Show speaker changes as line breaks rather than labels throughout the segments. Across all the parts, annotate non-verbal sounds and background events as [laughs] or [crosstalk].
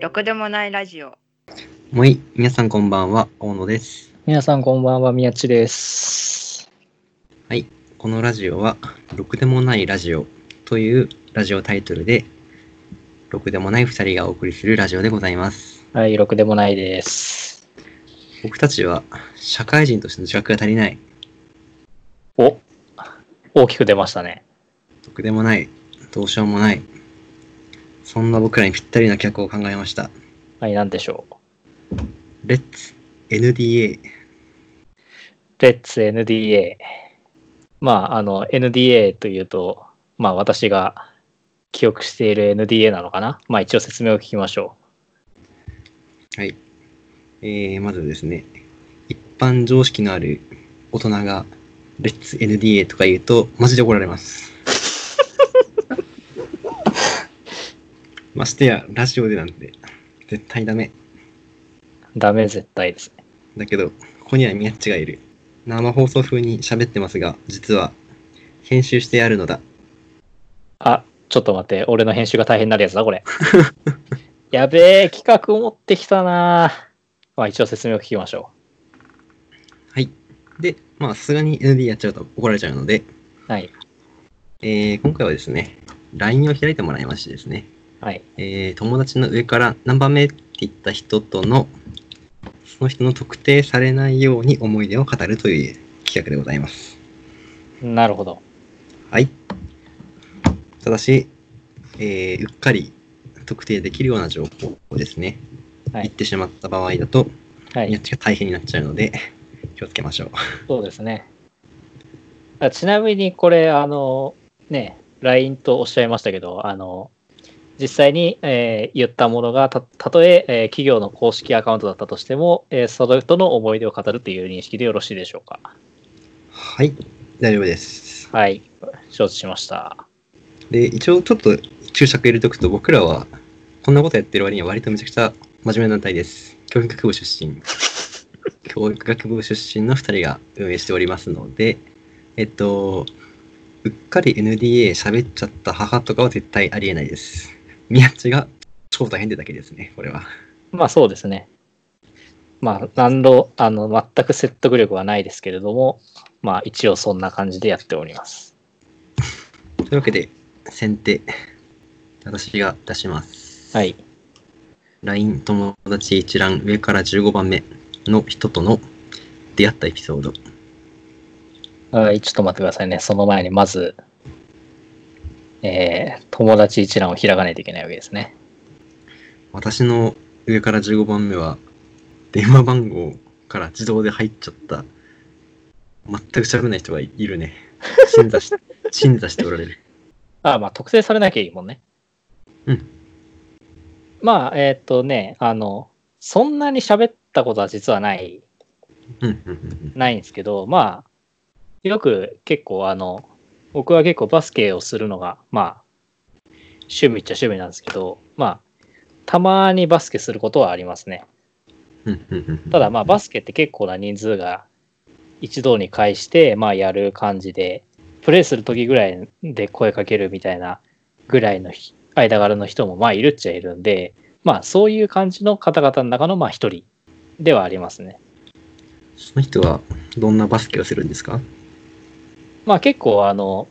ろくでもないラジオ。
もうい、皆さんこんばんは、大野です。
皆さんこんばんは、宮地です。
このラジオは、ろくでもないラジオというラジオタイトルで、ろくでもない二人がお送りするラジオでございます。
はい、ろくでもないです。
僕たちは、社会人としての自覚が足りない、
お大きく出ましたね。
ろくでもない、どうしようもない、そんな僕らにぴったりな企画を考えました。
はい、なんでしょう。
レッツ NDA。
レッツ NDA。まあ、あの、NDA というと、まあ、私が記憶している NDA なのかなまあ、一応説明を聞きましょ
はい。えー、まずですね、一般常識のある大人が、レッツ NDA とか言うと、マジで怒られます。 [laughs] ましてや、ラジオでなんて、絶対ダメ。
う。ダメ絶対ですね。
だけど、ここにはミヤッチがいる。生放送風に喋ってますが、実は、編集してあるのだ。
あ、ちょっと待って、俺の編集が大変になるやつだ、これ。やべえ、企画を持ってきたなまあ、一応説明を聞きましょ
はい。で、まあ、さすがに NDA やっちゃうと怒られちゃうので、
う。はい。
えー、今回はですね、LINE を開いてもらいましてですね、
はい。
えー友達の上から何番目って言った人とのその人の特定されないように思い出を語るという企画でございます。
なるほど。
はい。ただし、えーうっかり特定できるような情報をですね、
はい
言ってしまった場合だと、
は
や
い
っ。ちが大変になっちゃうので、気をつけましょう。
そうですね。あちなみにこれ、あの、ね、LINE とおっしゃいましたけど、あの、実際に、えー言ったものがた、たとええー企業の公式アカウントだったとしても、えーその人の思い出を語るという認識でよろしいでしょうか。
はい。大丈夫です。
はい、承知しました。
で、一応ちょっと注釈入れとくと、僕らは、こんなことやってる割には割とめちゃくちゃ真面目な団体です。教育学部出身。教育学部出身の2人が運営しておりますので、えっと、うっかり NDA 喋っちゃった母とかは絶対ありえないです。宮地が超大変でだけですね、これは。
まあそうですね。まあ、何度、あの、全く説得力はないですけれども、まあ一応そんな感じでやっております。
というわけで、先手、私が出します。
はい。
LINE 友達一覧上から15番目の人との出会ったエピソード。
はい、ちょっと待ってくださいね。その前にまず、えー、友達一覧を開かないといけないわけですね。
私の上から15番目は電話番号から自動で入っちゃった全く喋らない人がいる
[laughs]
ね鎮座し鎮座しておられる
あ、まあ、特定されなきゃいいもんね。
うん。
まあ、えーっとね、あの、そんなに喋ったことは実はない、
うんうんうん
ないんですけど、まあ、よく結構あの、僕は結構バスケをするのが、まあ、趣味っちゃ趣味なんですけど、まあ、たまにバスケすることはありますね。
うんうんうんうん
ただまあバスケって結構な人数が一堂に会してまあやる感じでプレーする時ぐらいで声かけるみたいなぐらいのひ間柄の人もまあいるっちゃいるんでまあそういう感じの方々の中のまあ一人ではありますね。
その人はどんなバスケをするんですか
まあ結構あの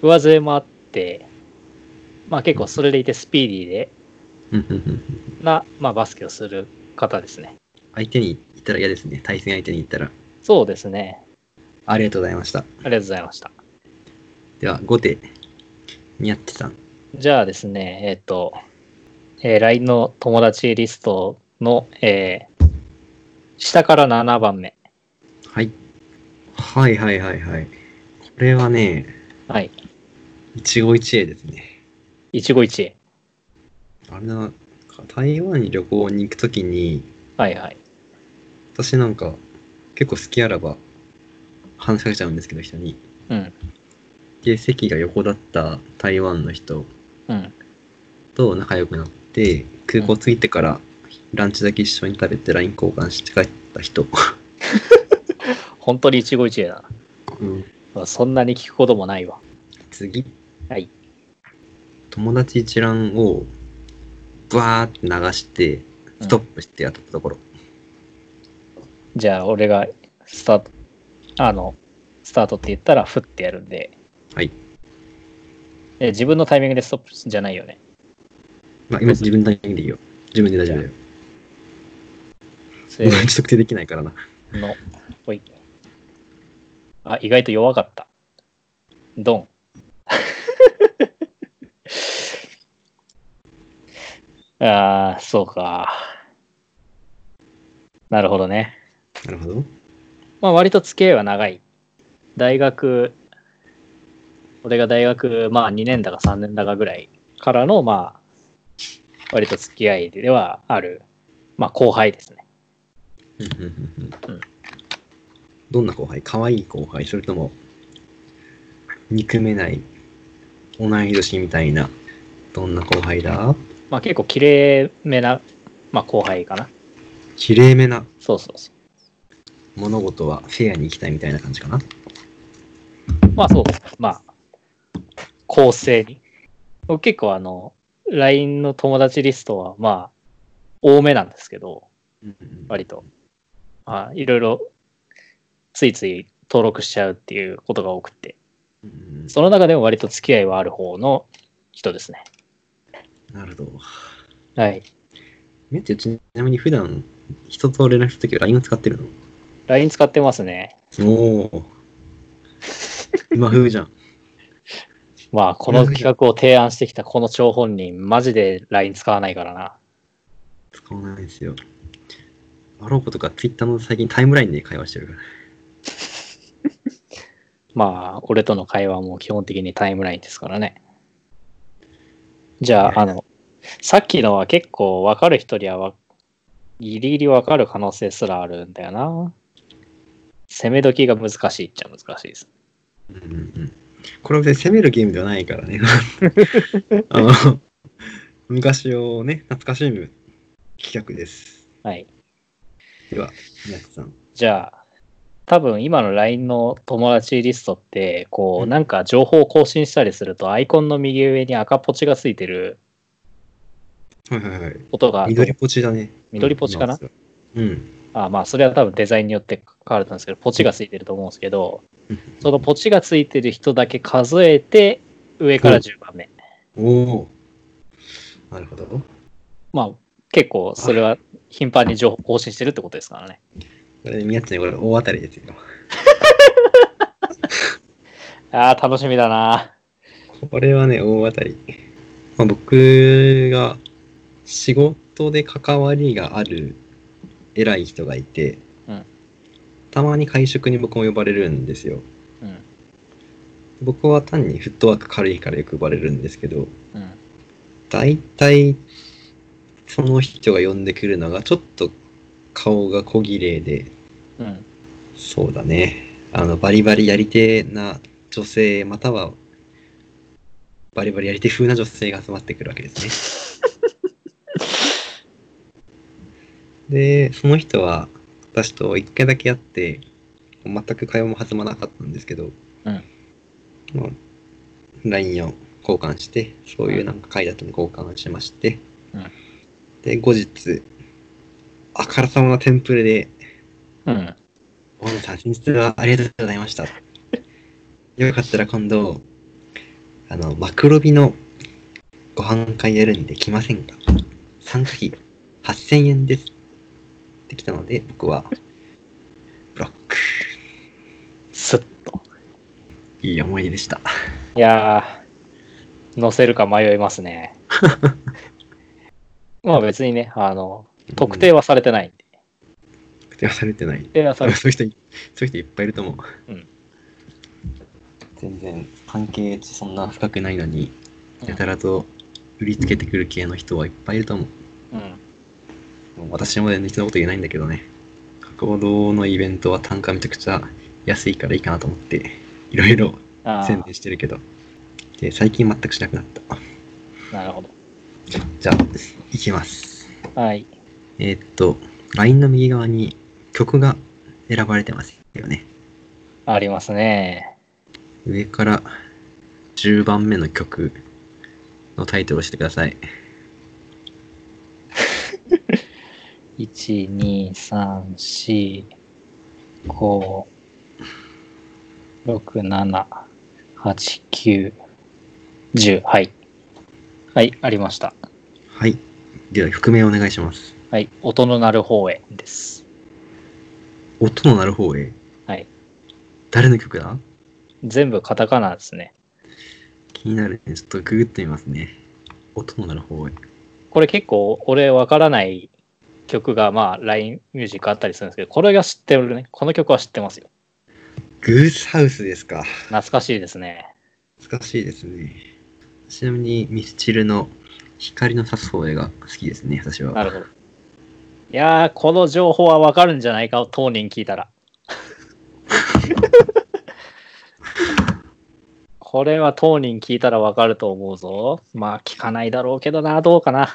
上背もあってまあ結構それでいてスピーディーで
うんうんうん
なまあバスケをする方ですね。
相手に言ったら嫌ですね対戦相手に言ったら
そうですね。
ありがとうございました
ありがとうございました。
では後手にやってさん
じゃあですね、えっ、と、えー LINE の友達リストの、えー下から7番目。
はいはいはいはいはいこれはね
はい。
一期一会ですね
一期一
あれだな、台湾に旅行に行くときに、
会。はいはい。
私なんか結構好きあらば話しかけちゃうんですけど、人に。
うん。
で、席が横だった台湾の人
うん。
と仲良くなって、空港着いてからランチだけ一緒に食べて LINE 交換して帰った人。
本当に一期一会だ
うん、
な。そんなに聞くこともないわ。
次。
はい。
友達一覧をバーって流して、
うん
ストップしてやっとったところ。
じゃあ、俺が、スタート、あの、スタートって言ったら、ふってやるんで。
はい。
え、自分のタイミングでストップじゃないよ
[laughs]
ね。
まあ、今自分だけでいいよ。自分で大丈夫だよ。[laughs]
せ
今
ー
特定できないからな。
の、ほい。あ、意外と弱かった。ドン。 [laughs] ああ、そうか。なるほどね。
なるほど。
まあ割と付き合いは長い。大学、俺が大学、まあ2年だか3年だかぐらいからの、まあ、割と付き合いではある、まあ後輩ですね。
うんうんうんうん
うん
どんな後輩可愛い後輩それとも、憎めない、同い年みたいな、どんな後輩だ
まあ結構綺麗めな、まあ後輩かな。
きれいめな
そうそうそ
物事はフェアに行きたいみたいな感じかな。
う。まあそう、まあ、構成に。僕結構あの、LINE の友達リストはまあ、多めなんですけど、
うんうん
割と。まあ、いろいろ、ついつい登録しちゃうっていうことが多くて、
うんうん
その中でも割と付き合いはある方の人ですね。
なるほど。
はい。
みってちなみに普段、人と連絡するときは LINE を使ってるの
LINE 使ってますね。
おお。今風じゃん。
まあ、この企画を提案してきたこの張本人、マジで LINE 使わないからな。
使わないですよ。あろうことか Twitter の最近タイムラインで会話してるから。
まあ、俺との会話も基本的にタイムラインですからね。じゃあ、あの、さっきのは結構分かる人にはわギリギリ分かる可能性すらあるんだよな。攻め時が難しいっちゃ難しいです。
うんうんうん。これは別に攻めるゲームではない
[laughs]
からね。あの、昔をね、懐かしむ企画です。
はい。
では、皆さん。
じゃあ、多分今の LINE の友達リストって、こ
う
う、
ん
なんか情報を更新したりすると、アイコンの右上に赤ポチがついてる
はいはいはい。
ことが、
緑ポチだね。
緑ポチかな
うん。
あまあ、それは多分デザインによって変わると思うんですけど、ポチがついてると思うんですけど、
うん
そのポチがついてる人だけ数えて、上から10番目。
おおー。なるほど。
まあ、結構、それは頻繁に情報更新してるってことですからね。
これ、宮津にこれ大当たりですよ。
ああ、楽しみだな。
これはね、大当たり。まあ、僕が仕事で関わりがある偉い人がいて、
うん
たまに会食に僕も呼ばれるんですよ。
うん。
僕は単にフットワーク軽いからよく呼ばれるんですけど、
うん。
大体その人が呼んでくるのがちょっと顔が小綺麗で、
うん。
そうだね。あの、バリバリやり手な女性、または、バリバリやり手風な女性が集まってくるわけです
[laughs]
ね。で、その人は、私と一回だけ会って、全く会話も弾まなかったんですけど、
うん
まあ LINE を交換して、そういうなんか会だったの交換しまして、
うん
で、後日、あからさまなテンプレで、
うん。
大野さん、先日はありがとうございました。よかったら今度、あの、マクロビのご飯会やるんで来ませんか参加費8000円です。ってきたので、僕は、ブロック。
すっと。
いい思い出でした。
いやー、載せるか迷います [laughs] ね。まあ別にね、あの、特定
は、
はされてないんで。
特定はされてない。
特定はさ
そう
れ
いう人
て
い、そういう人いっぱいいると思う。
うん
全然、関係値そんな深くないのに、やたらと売りつけてくる系の人はいっぱいいると思う。
うん。
もう私も全然人のこと言えないんだけどね。角堂のイベントは単価めちゃくちゃ安いからいいかなと思って、いろいろ
あ
宣伝してるけど。で、最近全くしなくなった。
あ、なるほど。
じゃあ、いきます。
はい。
えーっと、LINE の右側に曲が選ばれてますよね。
ありますね。
上から10番目の曲のタイトルをしてください。
1、2、3、4、5、6、7、8、9、10。はい。はい、ありました。
はい。では、覆面お願いします。
はい。音の鳴る方へです。
音の鳴る方へ。
はい。
誰の曲だ
全部カタカナですね。
気になるね。ちょっとググってみますね。音の鳴る方へ。
これ結構俺わからない曲がまあ LINE ミュージックあったりするんですけど、これが知ってるね。この曲は知ってますよ。
グースハウスですか。
懐かしいですね。
難しいですね。ちなみに、ミスチルの光の差す方へが好きですね、私は。
なるほど。いやー、この情報はわかるんじゃないか、当人聞いたら。これは当人聞いたらわかると思うぞ。まあ、聞かないだろうけどな、どうかな。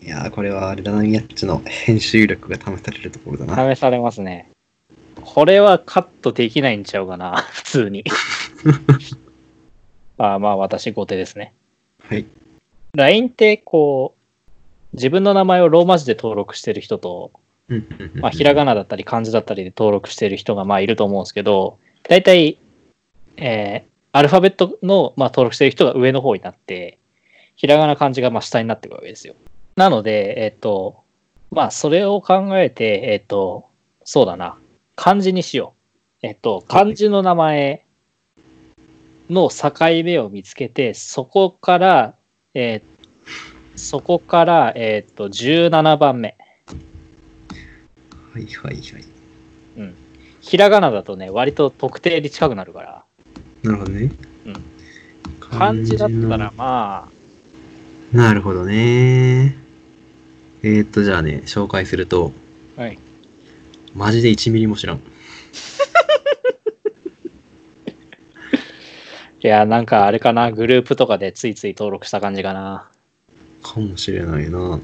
いやー、これはあれだな、ミヤッチの編集力が試されるところだな。
試されますね。これはカットできないんちゃうかな、普通に。あーまあ、私、後手ですね。
はい。
LINE って、こう、自分の名前をローマ字で登録してる人と、
うんうんうんうん
まあ、ひらがなだったり漢字だったりで登録している人がまあいると思うんですけど、大体、えーアルファベットのまあ登録している人が上の方になって、ひらがな漢字がまあ下になっていくわけですよ。なので、えっ、と、まあ、それを考えて、えっ、と、そうだな、漢字にしよう。えっ、と、漢字の名前の境目を見つけて、そこから、えーそこから、えっ、と、17番目。
はいはいはい。
うん。ひらがなだとね、割と特定に近くなるから。
なるほどね。
うん漢字だったら、まあ、
なるほどね。えー、っと、じゃあね、紹介すると、
はい。
マジで1ミリも知らん。
いや、なんかあれかな、グループとかでついつい登録した感じかな。
かもしれないな。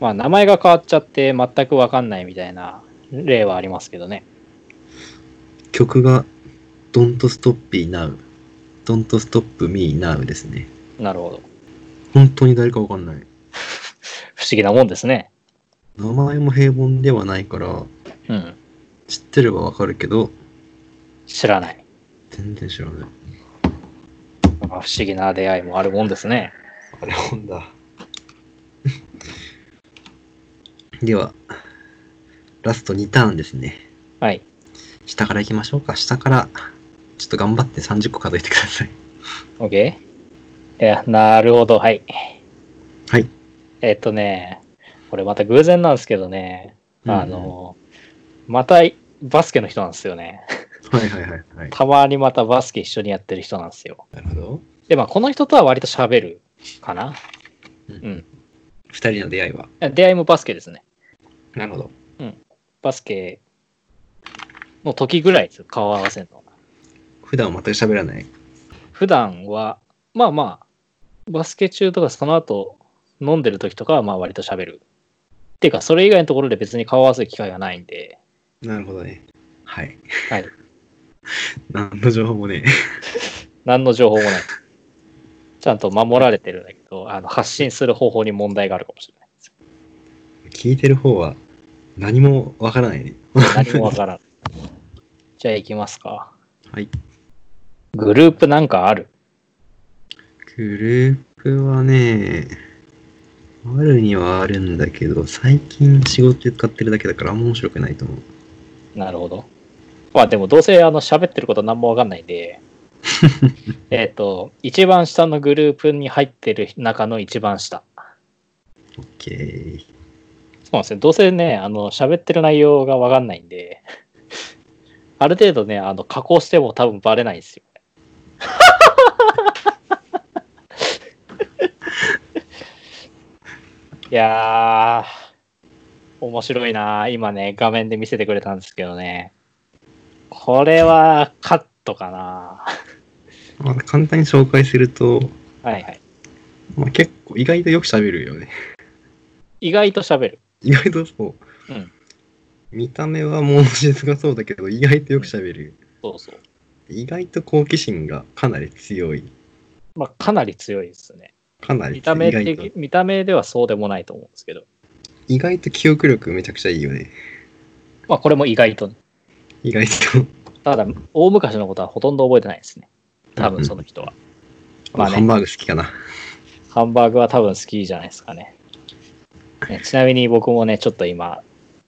まあ、名前が変わっちゃって全くわかんないみたいな例はありますけどね。
曲が、Don't Stop Me Now。Don't Stop Me Now ですね。
なるほど。
本当に誰かわかんない。
不思議なもんですね。
名前も平凡ではないから、
うん。
知ってればわかるけど、
知らない。
全然知らない。
まあ不思議な出会いもあるもんですね。
あれ本だ。 [laughs] では、ラスト2ターンですね。
はい。
下から行きましょうか。下から、ちょっと頑張って30個数えてください。
OK? いや、なるほど。はい。
はい。
えっとね、これまた偶然なんですけどね、 [laughs] あ、の、またバスケの人なんですよ [laughs] ね。
はいはいはいはい。
たまにまたバスケ一緒にやってる人なんですよ。
なるほど。
で、まあ、この人とは割と喋るかな。
二人の出会いは。
出会いもバスケですね。
なるほど。
バスケの時ぐらいですよ、顔合わせるの。
普段は全く喋らない。
普段は、まあまあ、バスケ中とかその後、飲んでる時とかはまあ割と喋る。っていうか、それ以外のところで別に顔合わせる機会がないんで、
なるほどね。はい。
はい。
何の情報もね。
何の情報もない。ちゃんと守られてるんだけど、あの発信する方法に問題があるかもしれないです。
聞いてる方は何もわからないね。
何もわからん。じゃあ行きますか。
はい。
グループなんかある
グループはね、あるにはあるんだけど、最近仕事で使ってるだけだからあんま面白くないと思う。
なるほど。まあでもどうせあの喋ってること何もわかんないんで、えっと、一番下のグループに入ってる中の一番下。
オッケー。
そうなんですね。どうせね、あの、喋ってる内容がわかんないんで、ある程度ね、あの、加工しても多分バレないんですよ。いやー、面白いなー今ね、画面で見せてくれたんですけどね。これはカットかな
まあ、簡単に紹介すると、
はいはい。
まあ、結構意外とよく喋るよね。 [laughs]
意外と喋る。
意外とそう。
うん
見た目は物静かそうだけど、意外とよく喋る。
そうそう。
意外と好奇心がかなり強い。
まあ、かなり強いですね。
かなり
見た目
意外と
的、見た目ではそうでもないと思うんですけど。
意外と記憶力めちゃくちゃいいよね。
まあこれも意外と、
意外と。
ただ大昔のことはほとんど覚えてないですね。多分その人は。まあね
ハンバーグ好きかな。
ハンバーグは多分好きじゃないですかね。ねちなみに僕もね、ちょっと今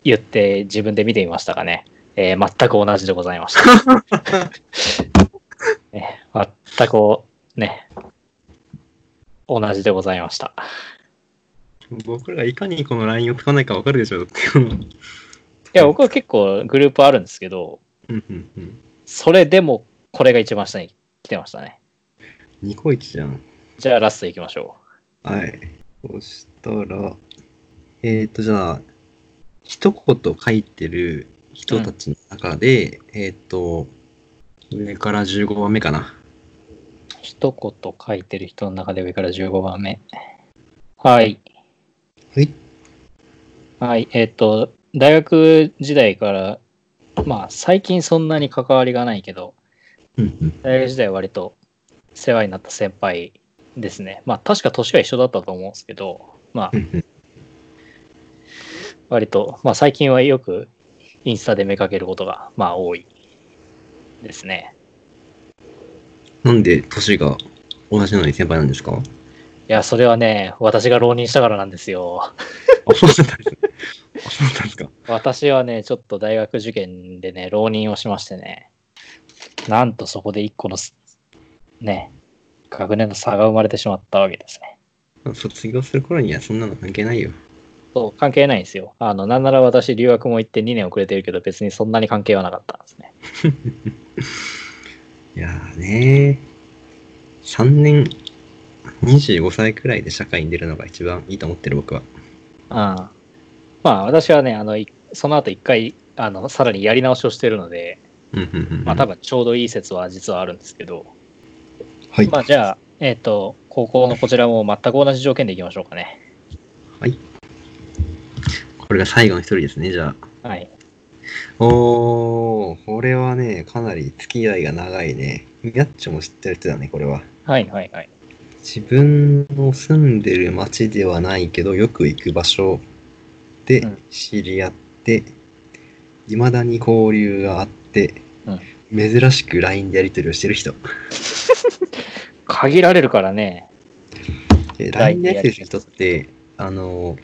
言って自分で見てみましたがね、えー全く同じでございました。ね、全くね、同じでございました。
僕らがいかにこの LINE を使わないかわかるでしょうっていうの。
いや、僕は結構グループあるんですけど、
うんうんうん。
それでもこれが一番下に来てましたね。
ニコイチじゃん。
じゃあラスト行きましょ
はい。そしたら、えっ、ー、と、じゃあ、一言書いてる人たちの中で、えっ、と、上から15番目かな。
う。一言書いてる人の中で上から15番目。はい。
はい。
はい、えっ、と、大学時代から、まあ、最近そんなに関わりがないけど、
うんうん。
大学時代は割と世話になった先輩ですね。まあ、確か年が一緒だったと思うんですけど、まあ
う、んうん
割と、まあ、最近はよくインスタで見かけることが、まあ、多いですね。
なんで年が同じなのに先輩なんですか
いや、それはね、私が浪人したからなんですよ。
あ、そうなんですね。 [laughs] あ、そうなんですか。
私はね、ちょっと大学受験でね、浪人をしましてね、なんとそこで一個のす、ね、学年の差が生まれてしまったわけですね。
卒業する頃にはそんなの関係ないよ。
そう、関係ないんですよ。あの、なんなら私、留学も行って2年遅れてるけど、別にそんなに関係はなかったんですね。
いやーねー、3年、25歳くらいで社会に出るのが一番いいと思ってる僕は。
うん。まあ、私はね、あの、いその後一回、あの、さらにやり直しをしてるので、
うんうんうんうん。
まあ、多分ちょうどいい説は実はあるんですけど、
はい。
まあ、じゃあ、えっ、と、高校のこちらも全く同じ条件でいきましょうかね。
これが最後の一人ですね、じゃあ。
はい。
おー、これはね、かなり付き合いが長いね。やっちょも知ってる人だね、これは。
はい、はい、はい。
自分の住んでる町ではないけど、よく行く場所で
うん
知り合って、いま、だに交流があって、
うん
珍しく LINE でやり取りをしてる人。
限られるからね。
で LINE
LINE
でやってる人って、あの、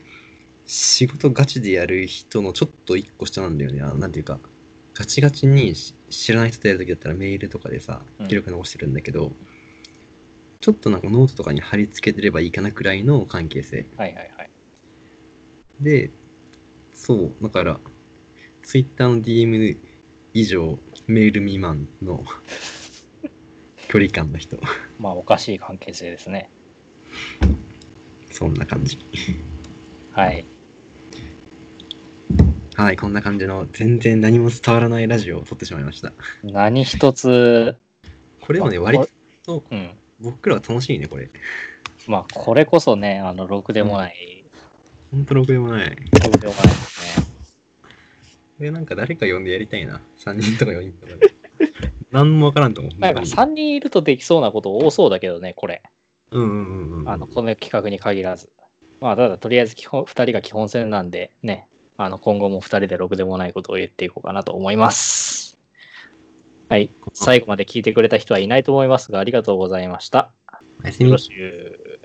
仕事ガチでやる人のちょっと一個下なんだよね。あのなんていうか、ガチガチにし知らない人とやるときだったらメールとかでさ
う、ん
記録残してるんだけど、ちょっとなんかノートとかに貼り付けてればいいかなくらいの関係性。
はい、はい、はい。
で、そう、だから、Twitter の DM 以上、メール未満の [laughs] 距離感の人。
まあ、おかしい関係性ですね。
そんな感じ。
はい。
はい、こんな感じの全然何も伝わらないラジオを撮ってしまいました。
何一つ、
これもね、
まあ
割と
うん。
僕らは楽しいね、これ。
まあ、これこそね、あの、ろくでもない、
ほんとろくでもない。
ろくでもないですね。
これなんか誰か呼んでやりたいな。3人とか4人とか
[laughs]
で。何もわからんと思う。
なんか3人いるとできそうなこと多そうだけどね、これ。
うんうんうんうん。
あの、この企画に限らず。まあ、ただ、とりあえず基本、2人が基本戦なんで、ね、あの、今後も2人でろくでもないことを言っていこうかなと思います。はい。最後まで聞いてくれた人はいないと思いますが、ありがとうございました。
おやす
よ
み
ろ。しく。